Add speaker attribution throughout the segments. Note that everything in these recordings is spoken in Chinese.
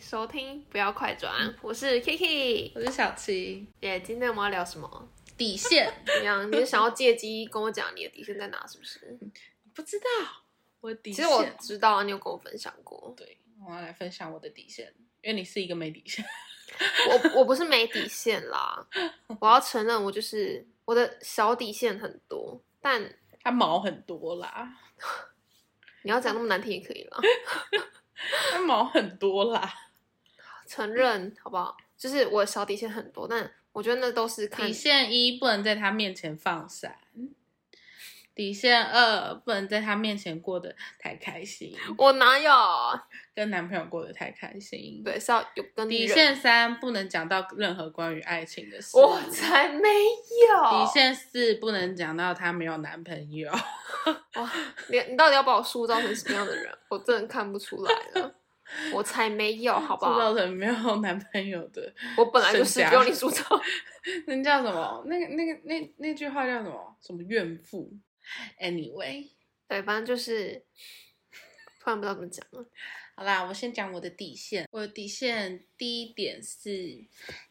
Speaker 1: 收听，不要快转，
Speaker 2: 嗯
Speaker 1: 我是 Kiki。
Speaker 2: 我是小七，
Speaker 1: 耶、今天我们要聊什么？
Speaker 2: 底线
Speaker 1: 怎么 样？你是想要借机跟我讲你的底线在哪？是不是？
Speaker 2: 不知道我的底
Speaker 1: 其
Speaker 2: 线。
Speaker 1: 实我知道，你有跟我分享过。
Speaker 2: 对，我要来分享我的底线，因为你是一个没底线。
Speaker 1: 我我不是没底线 啦，我要承认，我就是我的小底线很多，但
Speaker 2: 它毛很多啦，
Speaker 1: 你要讲那么难听也可以啦，
Speaker 2: 它毛很多啦，
Speaker 1: 承认好不好？就是我的小底线很多，但我觉得那都是看
Speaker 2: 底线一不能在他面前放闪，底线二不能在他面前过得太开心，
Speaker 1: 我哪有？
Speaker 2: 跟男朋友过得太开心。，
Speaker 1: 对，是要有跟
Speaker 2: 底
Speaker 1: 人
Speaker 2: 线三不能讲到任何关于爱情的事。
Speaker 1: 我才没有
Speaker 2: 底线四不能讲到她没有男朋友。
Speaker 1: 哇！你你到底要把我塑造成什么样的人？我真的看不出来了，我才没有，好不
Speaker 2: 塑
Speaker 1: 好
Speaker 2: 造？成没有男朋友的，
Speaker 1: 我本来就是
Speaker 2: 剩下
Speaker 1: 不用你塑造。
Speaker 2: 那叫什么？那个、那个、那那句话叫什么？什么怨妇？Anyway，
Speaker 1: 对，反正就是突然不知道怎么讲了。
Speaker 2: 好啦，我先讲我的底线。我的底线第一点是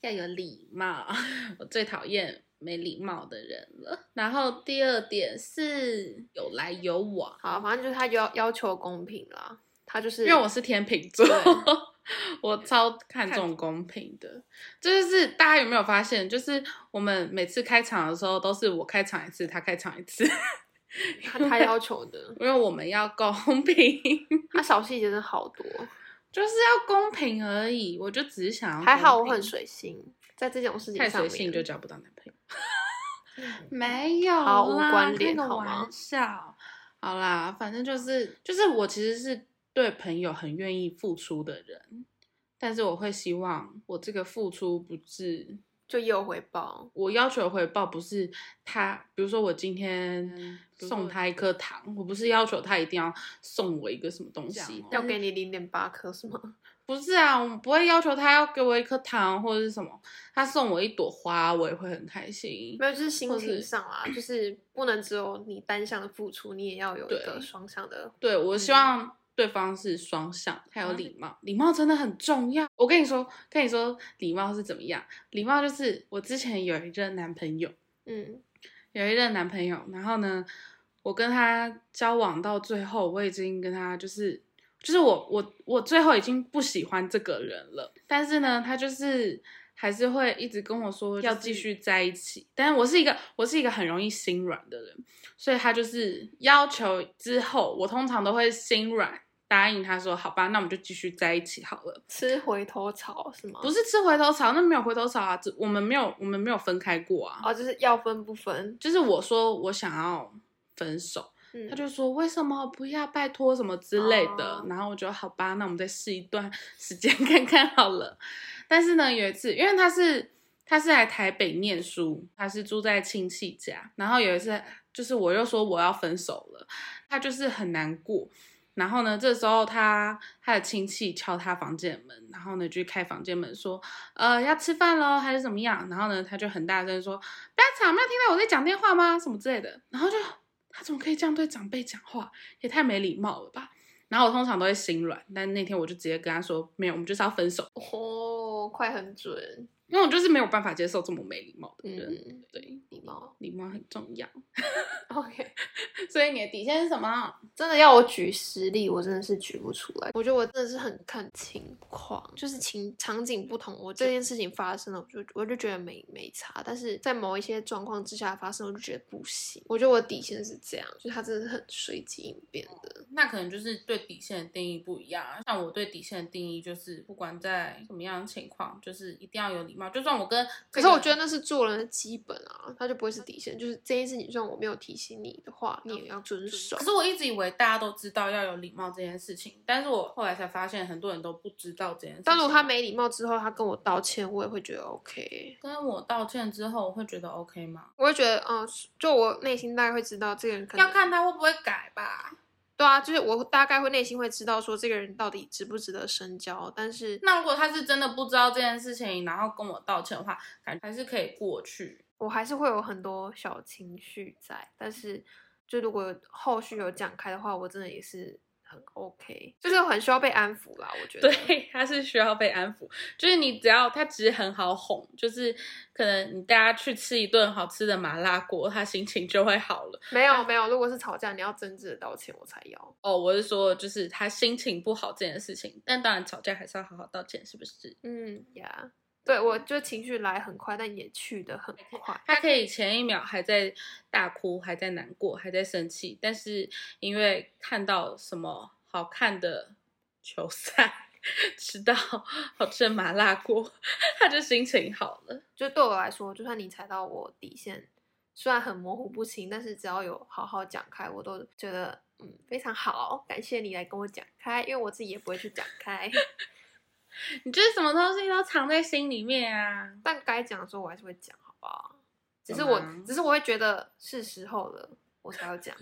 Speaker 2: 要有礼貌， 我最讨厌没礼貌的人了。然后第二点是有来有往，
Speaker 1: 好，反正就是他要要求公平啦，他就是
Speaker 2: 因为我是天秤座
Speaker 1: 对，
Speaker 2: 我超看重公平的。这就是大家有没有发现，就是我们每次开场的时候都是我开场一次，他开场一次，
Speaker 1: 他他要求的，
Speaker 2: 因为我们要公平，
Speaker 1: 他小细节真的好多。
Speaker 2: 就是要公平而已。我就只是想要公平，
Speaker 1: 还好我很随性，在这种事情
Speaker 2: 太
Speaker 1: 上
Speaker 2: 随
Speaker 1: 面
Speaker 2: 性就交不到男朋友， 没有
Speaker 1: 好无
Speaker 2: 啦
Speaker 1: 关联
Speaker 2: 开个
Speaker 1: 好吗
Speaker 2: 玩笑，好啦，反正就是就是我其实是对朋友很愿意付出的人，但是我会希望我这个付出不是
Speaker 1: 就也有回报。
Speaker 2: 我要求的回报不是他，比如说我今天
Speaker 1: 嗯比如
Speaker 2: 送
Speaker 1: 说
Speaker 2: 他一颗糖，我不是要求他一定要送我一个什么东西，
Speaker 1: 要给你零点八颗是吗？
Speaker 2: 不是啊，我不会要求他要给我一颗糖或者是什么，他送我一朵花，我也会很开心
Speaker 1: 没。有，就是心
Speaker 2: 或
Speaker 1: 情
Speaker 2: 是
Speaker 1: 上啊，就是不能只有你单向的付出，你也要有一
Speaker 2: 对
Speaker 1: 个双向的。
Speaker 2: 对，我
Speaker 1: 嗯
Speaker 2: 希望对方是双向，还
Speaker 1: 啊
Speaker 2: 有礼貌，礼貌真的很重要。我跟你说，跟你说，礼貌是怎么样？礼貌就是我之前有一任男朋友，
Speaker 1: 嗯，
Speaker 2: 有一任男朋友，然后呢，我跟他交往到最后，我已经跟他就是，就是我我我最后已经不喜欢这个人了，但是呢，他就是还是会一直跟我说要继续在一起，但是我是一个我是一个很容易心软的人，所以他就是要求之后，我通常都会心软答应他说，好吧，那我们就继续在一起好了。
Speaker 1: 吃回头草是吗？
Speaker 2: 不是吃回头草，那没有回头草啊，只我们没有我们没有分开过啊。
Speaker 1: 哦，就是要分不分。
Speaker 2: 就是我说我想要分手，
Speaker 1: 嗯，
Speaker 2: 他就说为什么不要拜托什么之类的，
Speaker 1: 哦
Speaker 2: 然后我就好吧，那我们再试一段时间看看好了。但是呢，有一次，因为他是他是来台北念书，他是住在亲戚家，然后有一次就是我又说我要分手了，他就是很难过。然后呢，这时候他他的亲戚敲他房间门，然后呢就开房间门说，呃，要吃饭喽还是怎么样？然后呢，他就很大声说，不要吵，没有听到我在讲电话吗？什么之类的。然后就他怎么可以这样对长辈讲话，也太没礼貌了吧。然后我通常都会心软，但那天我就直接跟他说，没有，我们就是要分手，
Speaker 1: 哦，快很准，
Speaker 2: 因为我就是没有办法接受这么没礼貌的人。
Speaker 1: 嗯，
Speaker 2: 对，
Speaker 1: 礼貌。
Speaker 2: 礼貌很重要。
Speaker 1: OK，
Speaker 2: 所以你的底线是什么？
Speaker 1: 真的要我举实例，我真的是举不出来。我觉得我真的是很看情况，就是情场景不同，我这件事情发生了，我就我就觉得没没差。但是在某一些状况之下发生，我就觉得不行。我觉得我底线是这样，就是它真的是很随机应变的。
Speaker 2: 那可能就是对底线的定义不一样啊。像我对底线的定义就是，不管在什么样的情况，就是一定要有礼貌。就算我跟，
Speaker 1: 可是我觉得那是做人的基本啊，它就不会是底线。就是这件事情，就算我没有提醒你的话，你也要遵守
Speaker 2: 可。是我一直以为大家都知道要有礼貌这件事情，但是我后来才发现很多人都不知道这件事情。
Speaker 1: 但如果他没礼貌之后，他跟我道歉，我也会觉得 OK。
Speaker 2: 跟我道歉之后，我会觉得 OK 吗？
Speaker 1: 我会觉得，嗯，就我内心大概会知道这个人可能
Speaker 2: 要看他会不会改吧。
Speaker 1: 对啊，就是我大概会内心会知道说这个人到底值不值得深交，但是
Speaker 2: 那如果他是真的不知道这件事情，然后跟我道歉的话，感觉还是可以过去。
Speaker 1: 我还是会有很多小情绪在。但是就如果后续有讲开的话，我真的也是很 OK，就是很需要被安抚啦。我觉得，
Speaker 2: 对，他是需要被安抚，就是你只要他其实很好哄，就是可能你带他去吃一顿好吃的麻辣锅，他心情就会好了。
Speaker 1: 没有没有，如果是吵架，你要真挚的道歉，我才要。
Speaker 2: 哦，我是说，就是他心情不好这件事情，但当然吵架还是要好好道歉，是不是？
Speaker 1: 嗯呀对我就情绪来很快，但也去的很快。
Speaker 2: 他嗯可以前一秒还在大哭，还在难过，还在生气，但是因为看到什么好看的球赛， 吃到好吃的麻辣锅，他就心情好了。
Speaker 1: 就对我来说，就算你踩到我底线，虽然很模糊不清，但是只要有好好讲开，我都觉得嗯非常好，感谢你来跟我讲开，因为我自己也不会去讲开，
Speaker 2: 你就是什么东西都藏在心里面啊。
Speaker 1: 但该讲的时候我还是会讲，好不好？只是
Speaker 2: 懂
Speaker 1: 我
Speaker 2: 啊
Speaker 1: 只是我会觉得是时候了，我才要讲。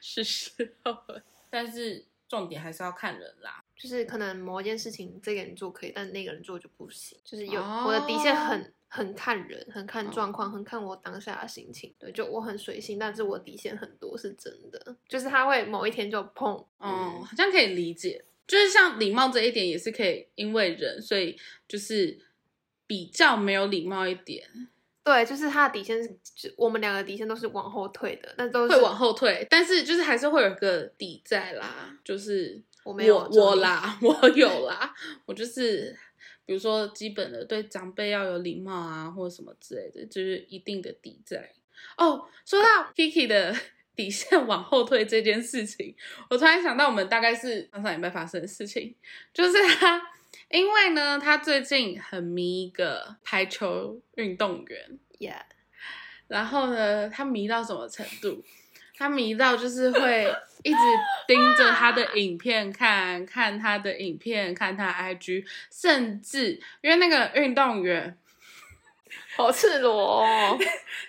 Speaker 2: 是时候了，但是重点还是要看人啦。
Speaker 1: 就是可能某一件事情这个人做可以，但那个人做就不行。就是有、
Speaker 2: 哦
Speaker 1: 我的底线很很看人，很看状况，很看我当下的心情。对，就我很随性，但是我底线很多是真的。就是他会某一天就砰，嗯
Speaker 2: 哦，好像可以理解，就是像礼貌这一点也是可以，因为人，所以就是比较没有礼貌一点，
Speaker 1: 对，就是他的底线是，就我们两个底线都是往后退的，但都是
Speaker 2: 会往后退，但是就是还是会有个底在啦，就是
Speaker 1: 我没有
Speaker 2: 我
Speaker 1: 这
Speaker 2: 我
Speaker 1: 里
Speaker 2: 啦， 我有啦，我就是。比如说，基本的对长辈要有礼貌啊，或者什么之类的，就是一定的底在。哦，说到 Kiki 的底线往后退这件事情，我突然想到我们大概是上上礼拜发生的事情，就是他，因为呢，他最近很迷一个排球运动员，
Speaker 1: yeah，
Speaker 2: 然后呢，他迷到什么程度？他迷到就是会一直盯着他的影片看，看他的影片，看他 IG，甚至因为那个运动员，
Speaker 1: 好赤裸 哦。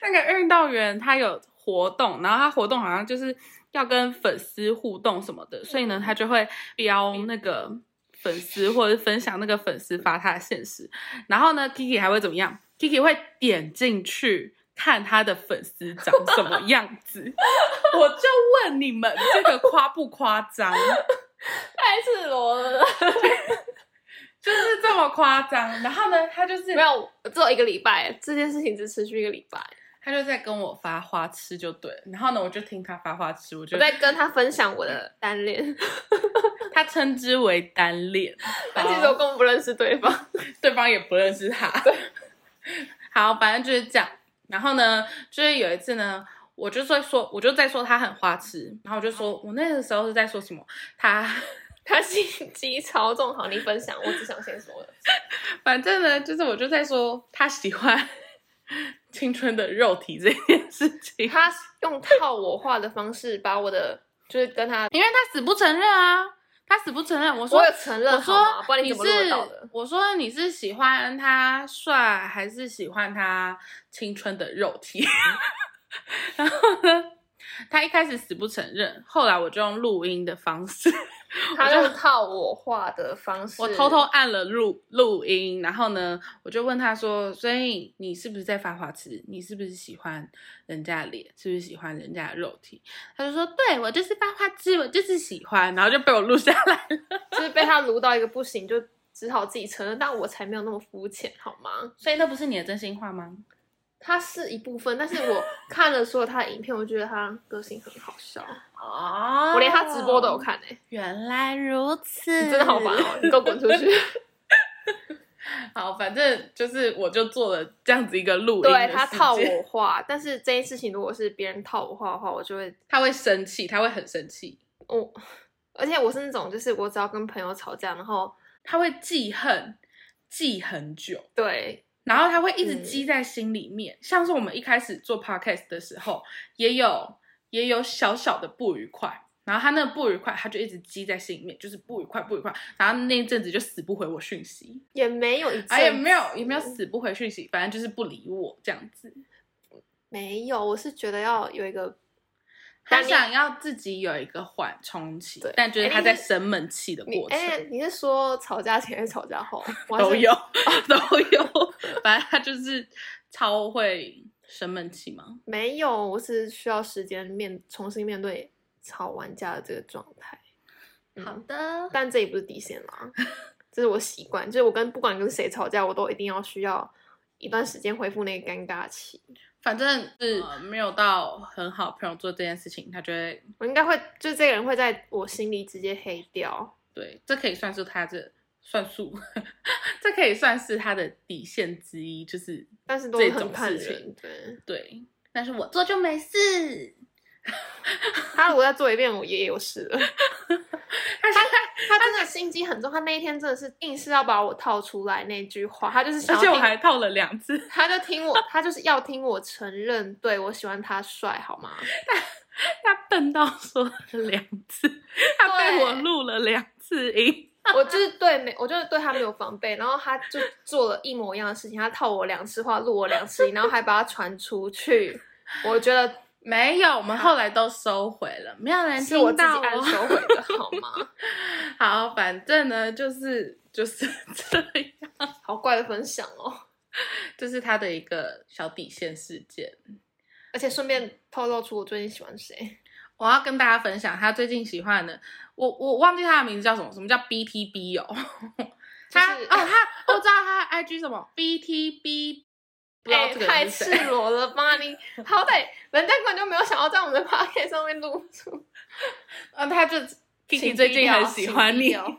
Speaker 2: 那个运动员他有活动，然后他活动好像就是要跟粉丝互动什么的，所以呢，他就会标那个粉丝或者分享那个粉丝发他的现实，然后呢，Kiki 还会怎么样？Kiki 会点进去看他的粉丝长什么样 子。我就问你们，这个夸不夸张？
Speaker 1: 太赤裸了，
Speaker 2: 就是这么夸张。然后呢，他就是
Speaker 1: 没有，只有一个礼拜，这件事情只持续一个礼拜。
Speaker 2: 他就在跟我发花痴就对了。然后呢，我就听他发花痴，我
Speaker 1: 我
Speaker 2: 就
Speaker 1: 在跟他分享我的单恋，
Speaker 2: 他称之为单 恋，
Speaker 1: 但其实我根本不认识对方。
Speaker 2: 对方也不认识他。 好，反正就是这样。然后呢，就是有一次呢，我就在说，我就在说他很花痴，然后我就说我那个时候是在说什么，他
Speaker 1: 他心机超重，好，你分享，我只想先说的。
Speaker 2: 反正呢，就是我就在说他喜欢青春的肉体这件事情，
Speaker 1: 他用套我话的方式把我的，就是跟他，
Speaker 2: 因为他死不承认啊，他死不承认。我说
Speaker 1: 我有承认
Speaker 2: 我
Speaker 1: 好吗？不
Speaker 2: 说
Speaker 1: 然你
Speaker 2: 你
Speaker 1: 怎么录得
Speaker 2: 是
Speaker 1: 到的？
Speaker 2: 我说你是喜欢他帅还是喜欢他青春的肉体？ 然后呢，他一开始死不承认，后来我就用录音的方式，
Speaker 1: 他用套我话的方式，
Speaker 2: 我偷偷按了录录音，然后呢，我就问他说：“所以你是不是在发花痴？你是不是喜欢人家的脸？是不是喜欢人家的肉体？”他就说：“对，我就是发花痴，我就是喜欢。”然后就被我录下来 了。
Speaker 1: 就是被他撸到一个不行，就只好自己承认。但我才没有那么肤浅，好吗？
Speaker 2: 所以那不是你的真心话吗？
Speaker 1: 他是一部分，但是我看了所有他的影片，我觉得他个性很好笑，
Speaker 2: 哦
Speaker 1: 我连他直播都有。看诶、
Speaker 2: 原来如此，
Speaker 1: 你真的好烦哦！你给我滚出去！
Speaker 2: 好，反正就是我就做了这样子一个录音的
Speaker 1: 对
Speaker 2: 事件，
Speaker 1: 他套我话，但是这件事情如果是别人套我话的话，我就会
Speaker 2: 他会生气，他会很生气，
Speaker 1: 我，哦而且我是那种，就是我只要跟朋友吵架，然后
Speaker 2: 他会记恨，记很久。
Speaker 1: 对
Speaker 2: 然后他会一直
Speaker 1: 嗯
Speaker 2: 积在心里面。像是我们一开始做 podcast 的时候，也有也有小小的不愉快，然后他那个不愉快，他就一直积在心里面，就是不愉快不愉快。然后那一阵子就死不回我讯息，
Speaker 1: 也没有一阵，嗯
Speaker 2: 哎也没有也没有，死不回讯息，反正就是不理我这样子。
Speaker 1: 没有，我是觉得要有一个，
Speaker 2: 他
Speaker 1: 但你
Speaker 2: 想要自己有一个缓冲期
Speaker 1: 对，
Speaker 2: 但觉得
Speaker 1: 哎
Speaker 2: 他
Speaker 1: 你
Speaker 2: 在
Speaker 1: 是
Speaker 2: 生闷气的
Speaker 1: 你
Speaker 2: 过程。
Speaker 1: 哎，你是说吵架前还是吵架后？我还是
Speaker 2: 都有， 都有，反正他就是超会生闷气嘛。
Speaker 1: 没有，我是需要时间面重新面对吵完架的这个状态。嗯
Speaker 2: 好的，
Speaker 1: 但这也不是底线啦，这是我习惯，就是我跟不管跟谁吵架，我都一定要需要一段时间恢复那个尴尬期。
Speaker 2: 反正是、呃没有到很好朋友做这件事情，他就会
Speaker 1: 我应该会，就这个人会在我心里直接黑掉。
Speaker 2: 对，这可以算是他这算数， 这可以算是他的底线之一，就是
Speaker 1: 但是都
Speaker 2: 这
Speaker 1: 很
Speaker 2: 种
Speaker 1: 看
Speaker 2: 事
Speaker 1: 人
Speaker 2: 情，，
Speaker 1: 对。
Speaker 2: 对。但是我做就没事，
Speaker 1: 他如果再做一遍，我爷爷有事 了。
Speaker 2: 他现在
Speaker 1: 他真的心机很重，他那一天真的是硬是要把我套出来那句话，他就是想
Speaker 2: 而且
Speaker 1: 要
Speaker 2: 我
Speaker 1: 听
Speaker 2: 还套了两次，
Speaker 1: 他就听我，他就是要听我承认，对我喜欢他帅，好吗？
Speaker 2: 他笨到说了两次， 他被我录了两次音，
Speaker 1: 我就是对没，我就是对他没有防备，然后他就做了一模一样的事情，他套我两次话，录我两次音，然后还把它传出去。我觉得
Speaker 2: 没有，我们后来都收回了，没有人
Speaker 1: 是我
Speaker 2: 听
Speaker 1: 自
Speaker 2: 到哦
Speaker 1: 己按收回的，好吗？
Speaker 2: 好，反正呢，就是就是 这样，
Speaker 1: 好怪的分享哦，
Speaker 2: 这是他的一个小底线事件。
Speaker 1: 而且顺便透露出我最近喜欢谁。
Speaker 2: 我要跟大家分享他最近喜欢的，我我忘记他的名字叫什么，什么叫 BTB 哦？ 他、
Speaker 1: 就是
Speaker 2: 哦他我知道他的 IG 什么 BTB，不知道
Speaker 1: 哎
Speaker 2: 这个
Speaker 1: 太
Speaker 2: 人是
Speaker 1: 赤
Speaker 2: 谁。
Speaker 1: 裸了吧你！好歹人家根本就没有想要在我们的 p o c a s t 上面露出。
Speaker 2: 嗯，他就 Kiki 最近很喜欢
Speaker 1: 低
Speaker 2: 你
Speaker 1: 调。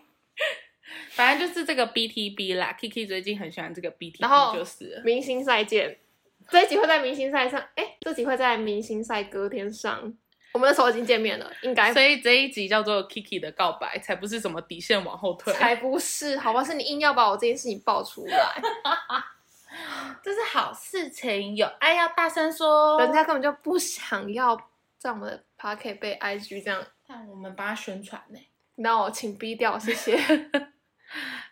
Speaker 2: 反正就是这个 BTB 啦，Kiki 最近很喜欢这个 BTB，
Speaker 1: 然后
Speaker 2: 就是了
Speaker 1: 明星赛见，这一集会在明星赛上，哎，这集会在明星赛隔天上。我们那时候已经见面了，应该
Speaker 2: 所以这一集叫做 Kiki 的告白，才不是什么底线往后退，
Speaker 1: 才不是，好吧？是你硬要把我这件事情爆出 来，
Speaker 2: 这是好事情，有爱要大声说哦
Speaker 1: 人家根本就不想要在我们的 p a r k e t 被 IG 这样。
Speaker 2: 但我们帮他宣传呢、
Speaker 1: No，请逼掉，谢 谢。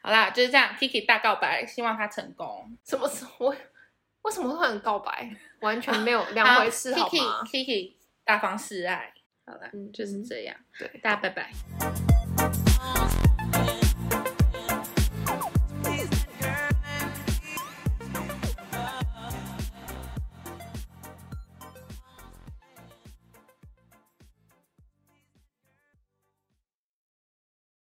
Speaker 2: 好啦，就是这样，Kiki 大告白，希望他成功。
Speaker 1: 什么什么？我为什么会很告白？完全没有两回 事，好吗
Speaker 2: Kiki Kiki 大方示爱。好啦，
Speaker 1: 嗯
Speaker 2: 就是这样，
Speaker 1: 对，
Speaker 2: 大家拜拜。
Speaker 3: Cause